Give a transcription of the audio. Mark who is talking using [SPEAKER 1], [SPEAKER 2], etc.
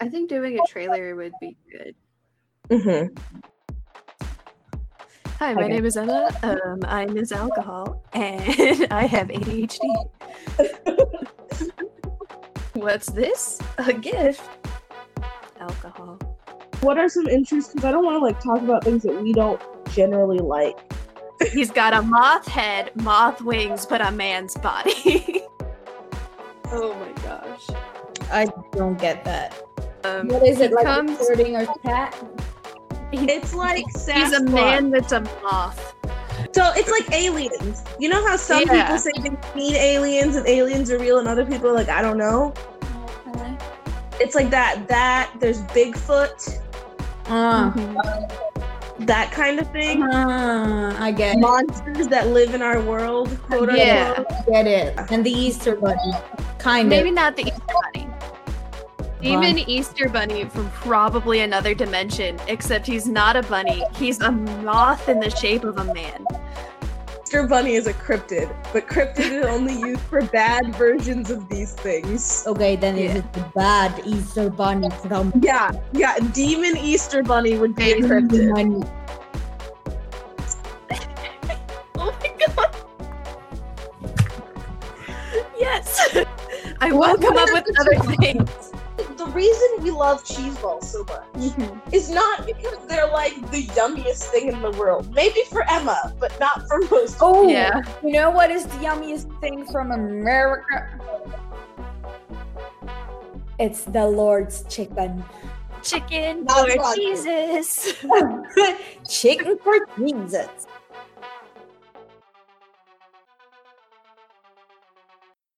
[SPEAKER 1] I think doing a trailer would be good.
[SPEAKER 2] Mm-hmm.
[SPEAKER 1] Hi, my
[SPEAKER 2] Okay.
[SPEAKER 1] name is Emma. Um, I miss alcohol and I have ADHD. What's this? A gift? Alcohol.
[SPEAKER 2] What are some interests? Because I don't want to like talk about things that we don't generally like.
[SPEAKER 1] He's got a moth head, moth wings, but a man's body. oh my gosh.
[SPEAKER 3] Don't get that.
[SPEAKER 1] Um,
[SPEAKER 3] What is
[SPEAKER 1] he
[SPEAKER 3] it like?
[SPEAKER 1] comes-
[SPEAKER 3] Hurting our cat?
[SPEAKER 1] he-
[SPEAKER 2] It's like
[SPEAKER 1] he's a man that's a moth.
[SPEAKER 2] So it's like aliens. You know how some
[SPEAKER 1] Yeah.
[SPEAKER 2] people say they need aliens and aliens are real, and other people are like, I don't know. It's like that. That there's Bigfoot,
[SPEAKER 3] Uh,
[SPEAKER 1] Mm-hmm.
[SPEAKER 2] that kind of thing.
[SPEAKER 3] uh, I get it.
[SPEAKER 2] Monsters that live in our world. Quote
[SPEAKER 1] Yeah.
[SPEAKER 2] Unquote.
[SPEAKER 3] Get it. And the Easter Bunny, kind
[SPEAKER 1] Maybe
[SPEAKER 3] of.
[SPEAKER 1] not the Easter Bunny. Demon Easter Bunny from probably another dimension, except he's not a bunny. He's a moth in the shape of a man.
[SPEAKER 2] Easter Bunny is a cryptid, but cryptid is only used for bad versions of these things.
[SPEAKER 3] Okay, then is it the bad Easter Bunny from
[SPEAKER 2] Yeah, yeah. Demon Easter Bunny would be a
[SPEAKER 3] Easter
[SPEAKER 2] cryptid.
[SPEAKER 3] Bunny?
[SPEAKER 1] Oh my god. Yes. I will come up with other things.
[SPEAKER 2] The reason we love cheese balls so much is not because they're like the yummiest thing in the world. Maybe for Emma, but not for most.
[SPEAKER 3] Oh,
[SPEAKER 1] Yeah.
[SPEAKER 3] you know what is the yummiest thing from America? It's the Lord's chicken.
[SPEAKER 1] Chicken
[SPEAKER 2] Not
[SPEAKER 1] or
[SPEAKER 2] fun.
[SPEAKER 1] Jesus.
[SPEAKER 3] chicken for Jesus.